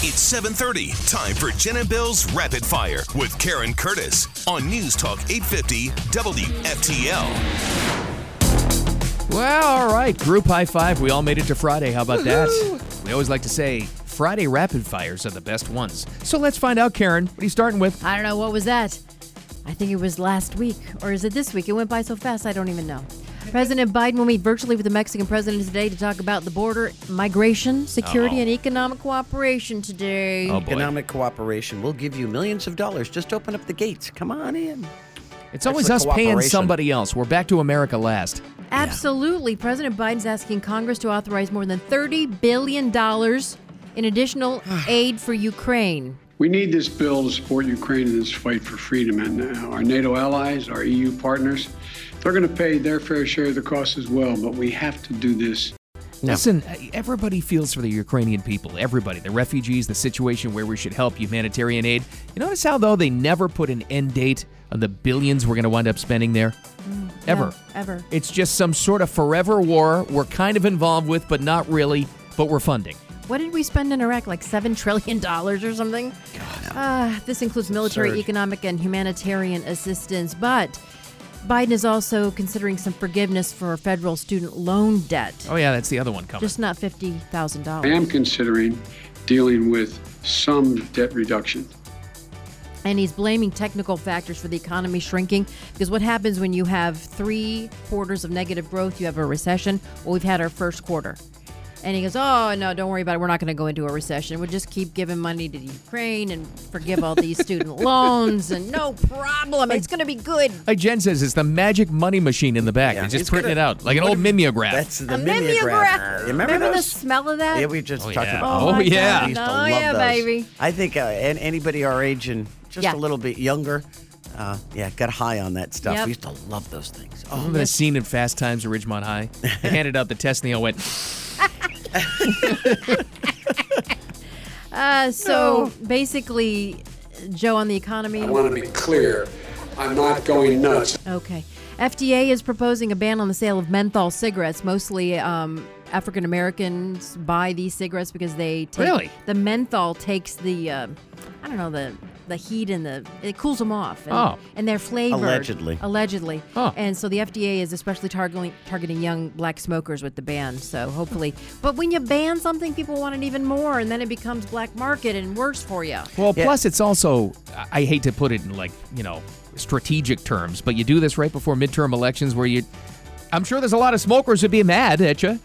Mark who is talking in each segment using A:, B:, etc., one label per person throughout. A: It's 7:30. Time for Jen and Bill's Rapid Fire with Karen Curtis on News Talk 850 WFTL.
B: Well, all right. Group high five. We all made it to Friday. How about that? We always like to say Friday rapid fires are the best ones. So let's find out, Karen. What are you starting with?
C: I don't know what was that. I think it was last week, or is it this week? It went by so fast, I don't even know. President Biden will meet virtually with the Mexican president today to talk about the border, migration, security, and economic cooperation today.
B: Oh, boy.
D: Economic cooperation. We'll give you millions of dollars. Just open up the gates. Come on in.
B: It's always
D: for
B: us paying
D: cooperation.
B: somebody else. We're back to America last.
C: Absolutely. President Biden's asking Congress to authorize more than $30 billion in additional aid for Ukraine.
E: We need this bill to support Ukraine in its fight for freedom and uh, our NATO allies, our EU partners. They're going to pay their fair share of the cost as well, but we have to do this.
B: Listen, everybody feels for the Ukrainian people. Everybody. The refugees, the situation where we should help humanitarian aid. You notice how, though, they never put an end date on the billions we're going to wind up spending there? ever.
C: yeah, ever.
B: It's just some sort of forever war we're kind of involved with, but not really, but we're funding.
C: What did we spend in Iraq? Like $7 trillion or something? Uh, this includes military,
D: absurd.
C: economic, and humanitarian assistance. But Biden is also considering some forgiveness for federal student loan debt,
B: Oh, yeah, that's the other one coming.
C: just not $50,000.
E: I am considering dealing with some debt reduction.
C: And he's blaming technical factors for the economy shrinking because what happens when you have three quarters of negative growth, you have a recession? Well, we've had our first quarter. And he goes, Oh, no, don't worry about it. We're not going to go into a recession. We'll just keep giving money to Ukraine and forgive all these student loans and no problem. It's going to be good.
B: like Jen says, it's the magic money machine in the back.
D: Yeah.
B: They're just
D: It's
B: printing
D: gonna-
B: it out like an old mimeograph.
D: That's the
C: A
D: mimeograph.
C: mimeograph.
D: You
C: Remember the
D: those?
C: smell of that?
D: Yeah, we just
B: Oh,
D: talked
B: yeah.
D: about.
B: Oh,
D: them.
B: my yeah.
D: I used to
C: God. Oh,
D: love
C: yeah,
D: those.
C: baby.
D: I think uh, and anybody our age and just
C: Yeah.
D: a little bit younger, uh, yeah, got high on that stuff.
C: Yep.
D: We used to love those things. Oh,
B: Remember the scene in Fast Times at Ridgemont High? They handed out the test and they all went,
C: Uh, so basically, Joe on the economy.
E: I want to be clear I'm not going nuts.
C: Okay. FDA is proposing a ban on the sale of menthol cigarettes. Mostly um, African Americans buy these cigarettes because they take
B: Really?
C: the menthol takes the um I don't know the the heat and the it cools them off. And,
B: Oh.
C: and they're flavored
D: Allegedly.
C: Allegedly.
B: Huh.
C: And so the FDA is especially targeting targeting young black smokers with the ban. So hopefully, but when you ban something, people want it even more, and then it becomes black market and worse for you.
B: well,
D: Yeah.
B: plus it's also, I- I hate to put it in like, you know, strategic terms, but you do this right before midterm elections where you, I'm sure there's a lot of smokers who'd be mad at you.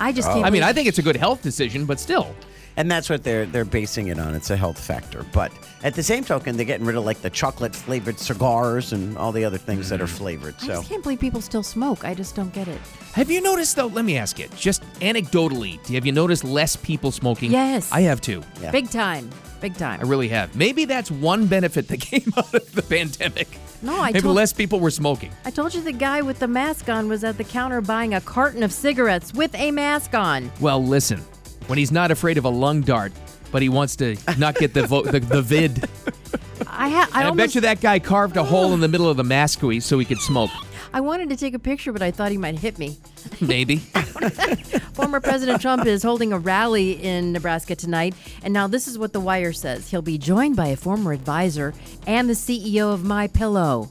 C: I just can't.
B: Oh. I mean,
C: believe-
B: I think it's a good health decision, but still.
D: And that's what they're they're basing it on. It's a health factor. But at the same token, they're getting rid of like the chocolate flavored cigars and all the other things that are
B: Mm.
D: flavored.
C: I
D: So
C: just can't believe people still smoke. I just don't get it.
B: Have you noticed though? Let me ask you, just anecdotally, do- have you noticed less people smoking?
C: Yes.
B: I have too.
D: Yeah.
C: Big time. Big time.
B: I really have. Maybe that's one benefit that came out of the pandemic.
C: No, I
B: maybe
C: told-
B: less people were smoking.
C: I told you the guy with the mask on was at the counter buying a carton of cigarettes with a mask on.
B: Well, listen, when he's not afraid of a lung dart, but he wants to not get the vo- the, the vid.
C: I ha- I,
B: And I,
C: almost,
B: bet you that guy carved a hole in the middle of the mask squeeze so he could smoke.
C: I wanted to take a picture, but I thought he might hit me.
B: Maybe.
C: Former President Trump is holding a rally in Nebraska tonight, and now this is what the wire says. He'll be joined by a former advisor and the CEO of My Pillow.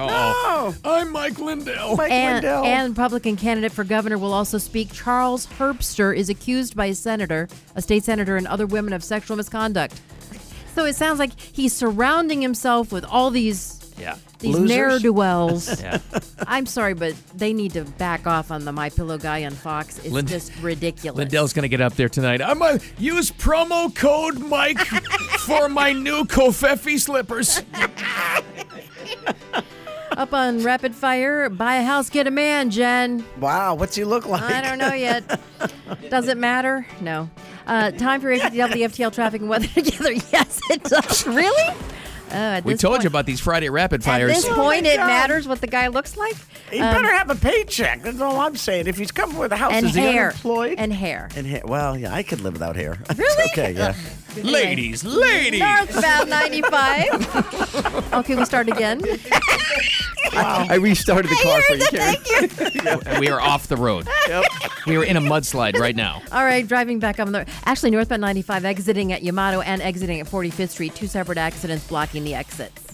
B: Oh, I'm Mike Lindell.
D: Mike
C: And,
D: Lindell.
C: and Republican candidate for governor will also speak. Charles Herbster is accused by a senator, a state senator, and other women of sexual misconduct. So it sounds like he's surrounding himself with all these
B: Yeah.
C: these
D: Losers.
C: ne'er do wells.
B: Yeah.
C: I'm sorry, but they need to back off on the My Pillow guy on Fox. It's
B: Lind-
C: just ridiculous.
B: Lindell's gonna get up there tonight. I'm gonna use promo code Mike for my new Kofefi slippers.
C: up on rapid fire. Buy a house, get a man, Jen.
D: wow, what's he look like?
C: I don't know yet. does it matter? No. Uh, time for ACWFTL traffic and weather together. Yes, it does. Really? Oh, at
B: We
C: this
B: told
C: point-
B: you about these Friday rapid
C: At
D: Oh
B: fires.
C: this point, it matters what the guy looks like.
D: He better have a paycheck. That's all I'm saying. If he's coming with a house,
C: Um, and
D: is he
C: hair.
D: unemployed?
C: And hair.
D: And hair. Well, yeah, I could live without hair. It's
C: Really?
D: okay, yeah.
B: Ladies, ladies.
C: Northbound 95. okay, we start again.
F: I restarted the car for you, Karen.
B: we are off the road. We are in a mudslide right now.
C: All right, driving back up on the actually northbound 95, exiting at Yamato and exiting at 45th Street. Two separate accidents blocking the exits.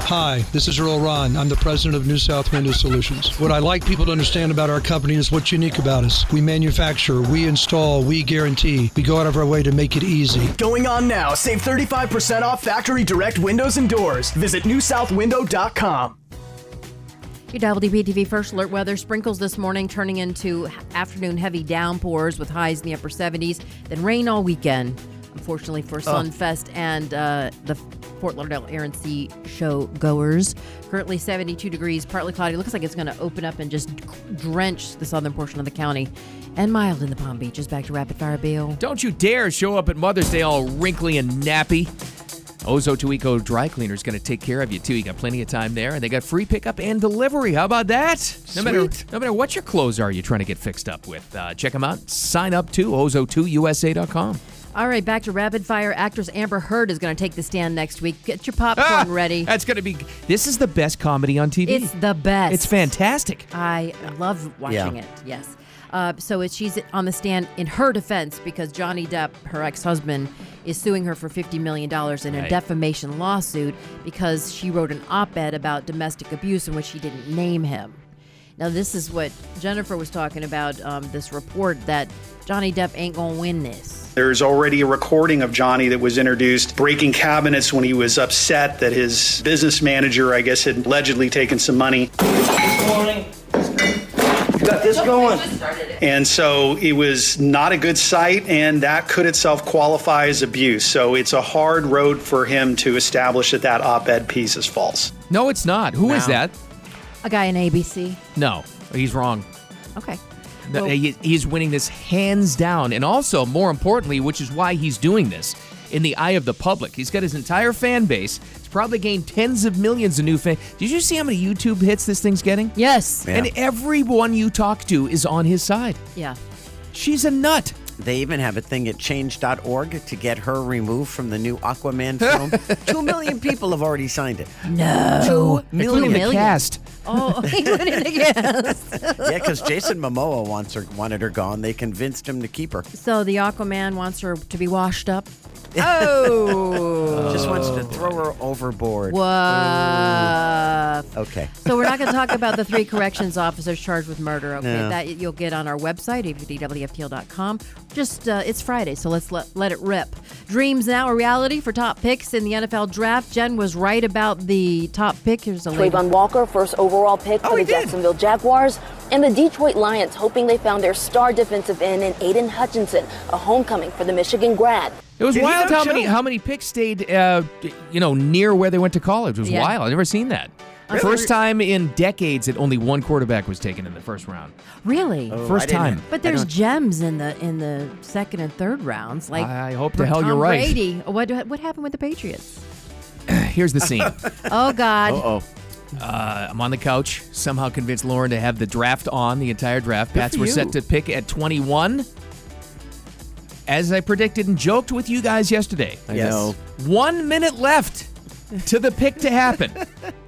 G: Hi, this is Earl Ron. I'm the president of New South Window Solutions. What I like people to understand about our company is what's unique about us. We manufacture, we install, we guarantee. We go out of our way to make it easy.
H: Going on now, save 35% off factory direct windows and doors. Visit newsouthwindow.com.
C: Your WPTV First Alert weather sprinkles this morning, turning into afternoon heavy downpours with highs in the upper 70s, then rain all weekend. Unfortunately for Sunfest and uh, the Fort Lauderdale Air and Sea show goers. Currently 72 degrees, partly cloudy. Looks like it's going to open up and just drench the southern portion of the county. And mild in the Palm Beaches. Back to Rapid Fire Bill.
B: Don't you dare show up at Mother's Day all wrinkly and nappy. Ozo Tuico Dry Cleaner is going to take care of you too. You got plenty of time there, and they got free pickup and delivery. How about that? No matter no matter what your clothes are, you're trying to get fixed up with. Uh, check them out. Sign up to ozo2usa.com.
C: All right, back to rapid fire. Actress Amber Heard is going to take the stand next week. Get your popcorn
B: Ah,
C: ready.
B: That's going to be. This is the best comedy on TV.
C: It's the best.
B: It's fantastic.
C: I love watching
D: Yeah.
C: it. Yes. Uh, so it's, she's on the stand in her defense because Johnny Depp, her ex-husband, is suing her for fifty million dollars in
B: Right.
C: a defamation lawsuit because she wrote an op-ed about domestic abuse in which she didn't name him. Now this is what Jennifer was talking about. Um, this report that Johnny Depp ain't gonna win this.
I: There's already a recording of Johnny that was introduced breaking cabinets when he was upset that his business manager, I guess, had allegedly taken some money. And so it was not a good sight, and that could itself qualify as abuse. So it's a hard road for him to establish that that op ed piece is false.
B: No, it's not. Who is that?
C: A guy in ABC.
B: No, he's wrong.
C: Okay.
B: No,
C: Well-
B: he, he's winning this hands down. And also, more importantly, which is why he's doing this, in the eye of the public. He's got his entire fan base. He's probably gained tens of millions of new fans. Did you see how many YouTube hits this thing's getting?
C: Yes. Yeah.
B: And everyone you talk to is on his side. She's a nut.
D: They even have a thing at change.org to get her removed from the new Aquaman film. Two million people have already signed it.
C: No.
D: Two million.
B: Including the
C: Oh. million.
B: cast.
C: Oh, including the guest.
D: yeah, because Jason Momoa wants her, wanted her gone. They convinced him to keep her.
C: So the Aquaman wants her to be washed up. Oh.
D: Just wants to throw her overboard.
C: Woof.
B: Oh.
D: Okay.
C: So we're not going to talk about the three corrections officers charged with murder. Okay, that you'll get on our website, avdwftl.com. Just uh, it's Friday, so let's let, let it rip. Dreams now a reality for top picks in the NFL draft. Jen was right about the top pick. Here's a lady.
J: Trayvon Walker, first overall pick for the Jacksonville Jaguars, and the Detroit Lions hoping they found their star defensive end in Aiden Hutchinson, a homecoming for the Michigan grad.
B: It was
D: Did he
B: wild
D: though,
B: how many
D: Joe?
B: how many picks stayed, uh, you know, near where they went to college. It was
C: Yeah.
B: wild. I've never seen that. First time in decades that only one quarterback was taken in the first round.
C: Really?
B: First
D: Oh, I didn't-
B: time.
C: But there's gems in the in the second and third rounds. Like
B: I hope
C: for
B: the hell
C: Tom
B: you're right.
C: Brady. What what happened with the Patriots?
B: Here's the scene.
C: Oh God.
B: uh, I'm on the couch, somehow convinced Lauren to have the draft on, the entire draft. Pats were set to pick at 21. As I predicted and joked with you guys yesterday,
D: Yes.
F: know.
B: one minute left to the pick to happen.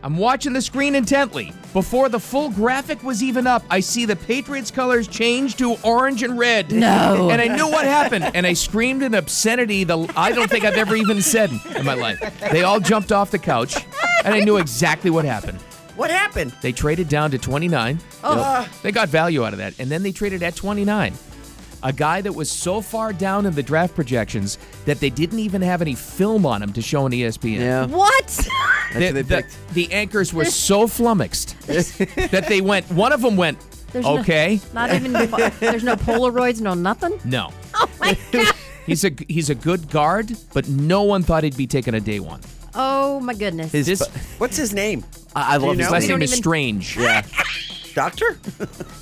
B: I'm watching the screen intently. Before the full graphic was even up, I see the Patriots colors change to orange and red. No. And I knew what happened, and I screamed an obscenity that I don't think I've ever even said in my life. They all jumped off the couch, and I knew exactly what happened.
D: What happened?
B: They traded down to 29. Oh. They got value out of that. And then they traded at 29. A guy that was so far down in the draft projections that they didn't even have any film on him to show on E ESPN.
F: Yeah.
C: What?
F: That's
B: The,
F: what they
B: the-
F: picked.
B: the anchors were so flummoxed that they went, one of them went,
C: There's no-
B: okay,
C: Not even there's no Polaroids, no nothing.
B: no.
C: Oh my God.
B: He's a he's a good guard, but no one thought he'd be taken a day one.
C: Oh my goodness.
F: His,
B: This
F: bu-
D: What's his name?
F: I I love
D: you
F: his
D: know?
B: last
F: last
C: We
B: name
C: don't
F: name.
B: is
C: even-
B: Strange.
F: Yeah.
D: Doctor?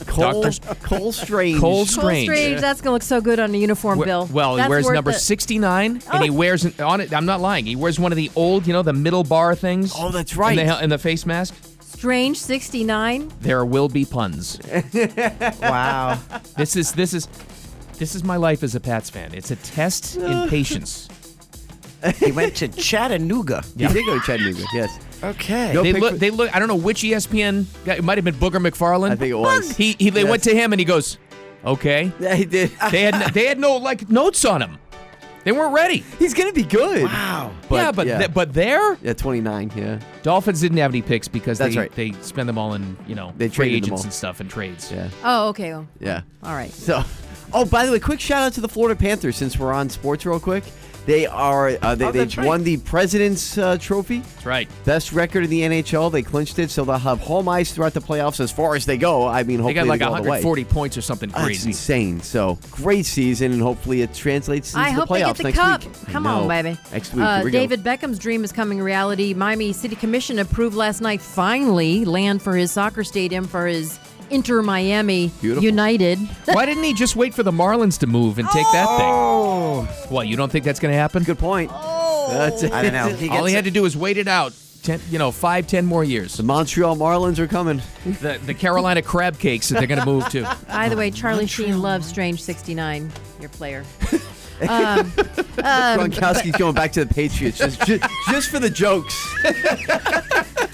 F: Cole,
B: Doctor-
F: Cole Strange.
B: Cole
C: Cole
B: Strange.
C: That's gonna look so good on a uniform,
B: We-
C: Bill.
B: Well,
C: That's
B: he wears
C: worth
B: number
C: it. Oh.
B: 69, and he wears an, on it. I'm not lying. He wears one of the old, you know, the middle bar things.
F: Oh, that's
B: In
F: right.
B: the, hel- in the face mask.
C: Strange 69.
B: There will be puns.
F: wow.
B: This is this is this is my life as a Pats fan. It's a test in patience.
D: he went to Chattanooga.
B: Yeah.
F: He did go to Chattanooga, yes.
D: Okay.
F: No
B: they
F: pick
B: look.
F: for-
B: They look. I don't know which E ESPN. Guy, it might have been Booger McFarland.
F: I think it was.
B: He. he they went
F: Yes.
B: to him and he goes, "Okay."
F: Yeah, he did.
B: They had. n- they had no like notes on him. They weren't ready.
F: He's going to be good.
D: Wow.
B: yeah, but th- but there,
F: Yeah, 29, yeah.
B: Dolphins didn't have any picks because
F: That's
B: they
F: right.
B: they spend them all in you know
F: They
B: free
F: traded them
B: agents
F: all.
B: and stuff and trades.
F: Yeah.
C: Oh, okay. All
F: Yeah.
C: right.
F: So, oh, by the way, quick shout out to the Florida Panthers since we're on sports real quick. They are uh, they,
B: Oh,
F: they
B: that's right.
F: won the President's uh, Trophy.
B: That's right.
F: Best record in the NHL. They clinched it, so they'll have home ice throughout the playoffs as far as they go. I mean,
B: They
F: hopefully
B: got like
F: they go all the way. Ah,
B: 140 points or something
F: That's
B: crazy.
F: insane. So great season, and hopefully it translates into
C: I
F: the
C: hope they
F: playoffs
C: get the
F: next
C: cup.
F: week.
C: Come
F: I
C: on,
F: know.
C: baby.
F: Next week,
C: Uh,
F: here we go.
C: David Beckham's dream is coming reality. Miami City Commission approved last night finally land for his soccer stadium for his Inter Miami
F: Beautiful.
C: United.
B: Why didn't he just wait for the Marlins to move and take that thing? What you don't think that's going to happen?
F: Oh. Good point.
C: Oh.
F: That's it.
D: I don't know. He
B: All
D: gets-
B: he had to do was wait it out. Ten, you know, five, ten more years.
F: The Montreal Marlins are coming.
B: The, the Carolina crab cakes that they're going to move to.
C: By the way, Charlie Sheen loves Strange 69, your player. Um,
F: Gronkowski's going back to the Patriots just, just, just for the jokes.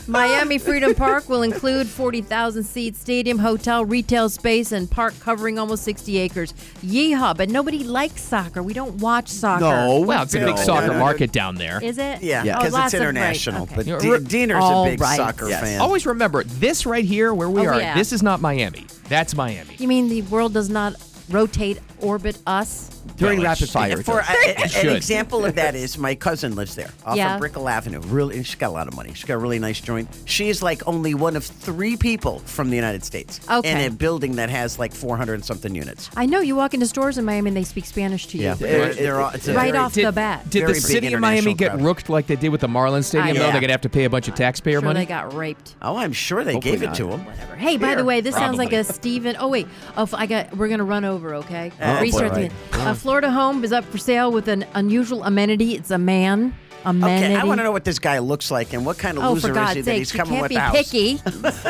C: Miami Freedom Park will include 40,000 seat stadium, hotel, retail space, and park covering almost 60 acres. Yeehaw! But nobody likes soccer. We don't watch soccer.
F: No.
B: Well, it's a
D: No,
B: big soccer
D: no, no.
B: market down there.
C: Is it?
D: Yeah,
F: Yeah.
D: because
C: Oh, lots of-
D: it's
C: right,
D: international.
C: okay.
D: But
B: Yeah,
D: D-
B: we're-
D: Diener's
C: All
D: a big
C: right.
D: soccer
F: Yes.
D: fan.
B: Always remember this right here where we
C: Oh,
B: are.
C: yeah.
B: This is not Miami. That's Miami.
C: You mean the world does not rotate, orbit us?
F: During
B: Well, it
F: rapid
B: sh-
F: fire.
D: For
F: it
D: a- a-
B: should.
D: an example of that is my cousin lives there off
C: Yeah.
D: of Brickell Avenue. Really, and she's got a lot of money. She's got a really nice joint. She is like only one of three people from the United States in
C: Okay.
D: a building that has like 400 and something units.
C: I know you walk into stores in Miami and they speak Spanish to you.
D: Yeah, they're, they're all, it's a
C: Right
D: very-
C: off the bat.
B: Did the
D: Very big
B: city of Miami
D: international
B: get
D: crowd.
B: rooked like they did with the Marlins Stadium, though?
C: I
D: know.
B: They're going to have to pay a bunch of taxpayer
C: sure
B: money?
C: they got raped.
D: Oh, I'm sure they
F: Hopefully
D: gave it
F: not.
D: to him.
C: Whatever. Hey, by the way, this sounds like a Steven. Oh wait, oh, I got. We're gonna run over. Okay,
D: Oh, boy.
C: restart
D: Right.
C: the. A Florida home is up for sale with an unusual amenity. It's a man. Amenity.
D: Okay, I want to know what this guy looks like and what kind of
C: Oh, for
D: loser is he
C: God's
D: that
C: sake,
D: he's
C: you
D: coming
C: can't
D: with
C: be
D: the house.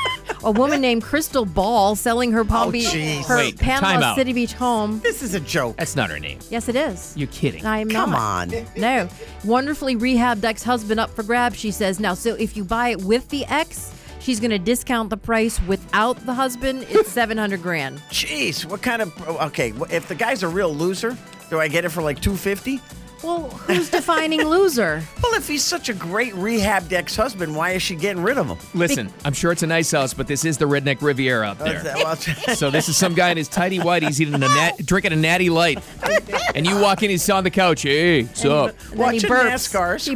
C: picky. a woman named Crystal Ball selling her Palm
D: Oh,
C: Beach,
D: jeez.
C: her
B: Wait, time
C: Panama
B: out.
C: City Beach home.
D: This is a joke.
B: That's not her name.
C: Yes, it is.
B: You're kidding.
C: I am not.
D: Come on.
C: No. Wonderfully rehabbed ex husband up for grabs, she says. Now, so if you buy it with the ex, she's going to discount the price. Without the husband, it's 700 grand.
D: Jeez, what kind of okay? wh- If the guy's a real loser, do I get it for like two fifty?
C: Well, who's defining loser?
D: Well, if he's such a great rehabbed ex-husband, why is she getting rid of him?
B: Listen, I'm sure it's a nice house, but this is the redneck Riviera up there. So this is some guy in his tidy whitey's eating a nat- drinking a natty light, and you walk in, he's on the couch. Hey, what's up?
C: And then he
D: Watching
C: burps.
D: NASCAR
C: He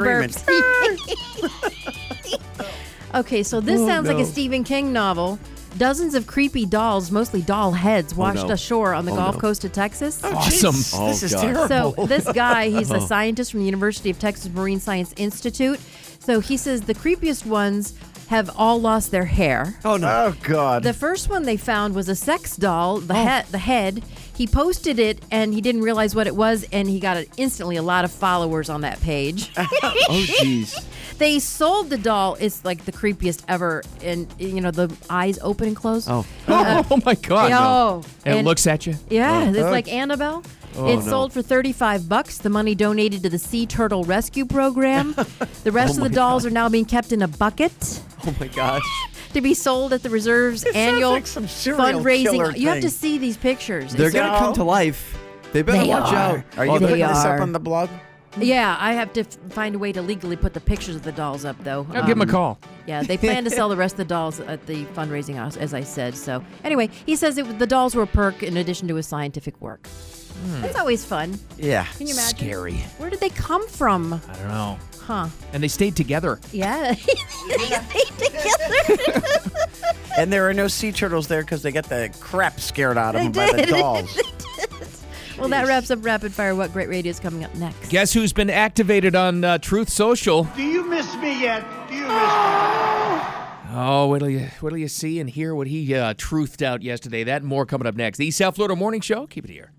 D: screaming.
C: burps. okay, so this sounds like a Stephen King novel. Dozens of creepy dolls, mostly doll heads, washed
F: no.
C: ashore on the
F: Oh,
C: Gulf
F: no.
C: Coast of Texas.
B: Awesome.
F: Oh,
D: this is
F: God.
D: terrible.
C: So this guy, he's a scientist from the University of Texas Marine Science Institute. So he says the creepiest ones have all lost their hair.
D: oh no! Oh god!
C: The first one they found was a sex doll, the head, the head. He posted it and he didn't realize what it was and he got a, instantly a lot of followers on that page.
F: Oh, jeez.
C: they sold the doll. It's like the creepiest ever and you know the eyes open and close. Uh,
F: Oh.
B: oh my God.
C: Yo,
B: And it
C: and-
B: looks at you.
C: Yeah, it's like Annabelle. it
F: no.
C: sold for 35 bucks. The money donated to the sea turtle rescue program. the rest of the dolls are now being kept in a bucket
F: Oh, my gosh.
C: to be sold at the reserve's
D: This sounds
C: annual
D: like some serial killer
C: fundraising. You have
D: thing.
C: to see these pictures.
F: They're
C: It's
F: going to
C: like-
F: come to life. They better
C: They
F: watch
C: are.
F: out.
D: Are you
C: Oh,
D: putting
C: they
D: this up
C: are.
D: on the blog?
C: Yeah, I have to f- find a way to legally put the pictures of the dolls up though.
B: I'll give him a
C: Um,
B: call.
C: Yeah, they plan to sell the rest of the dolls at the fundraising house, as I said. So anyway, he says it, the dolls were a perk in addition to his scientific work. That's always fun.
D: Yeah.
C: Can you imagine?
B: Hmm. Scary. Uh,
C: Where did they come from?
B: I don't know.
C: Huh.
B: And they stayed together.
C: Yeah. together.
D: And there are no sea turtles there because they got the crap scared out of
C: They
D: them by the
C: did.
D: dolls.
C: well, that wraps up Rapid Fire. What great radio is coming up next?
B: Guess who's been activated on uh, Truth Social?
K: Do you miss me yet? Do you miss
B: Oh, what'll you what'll you see and hear what he uh, truthed out yesterday? That and more coming up next. The East South Florida Morning Show. Keep it here.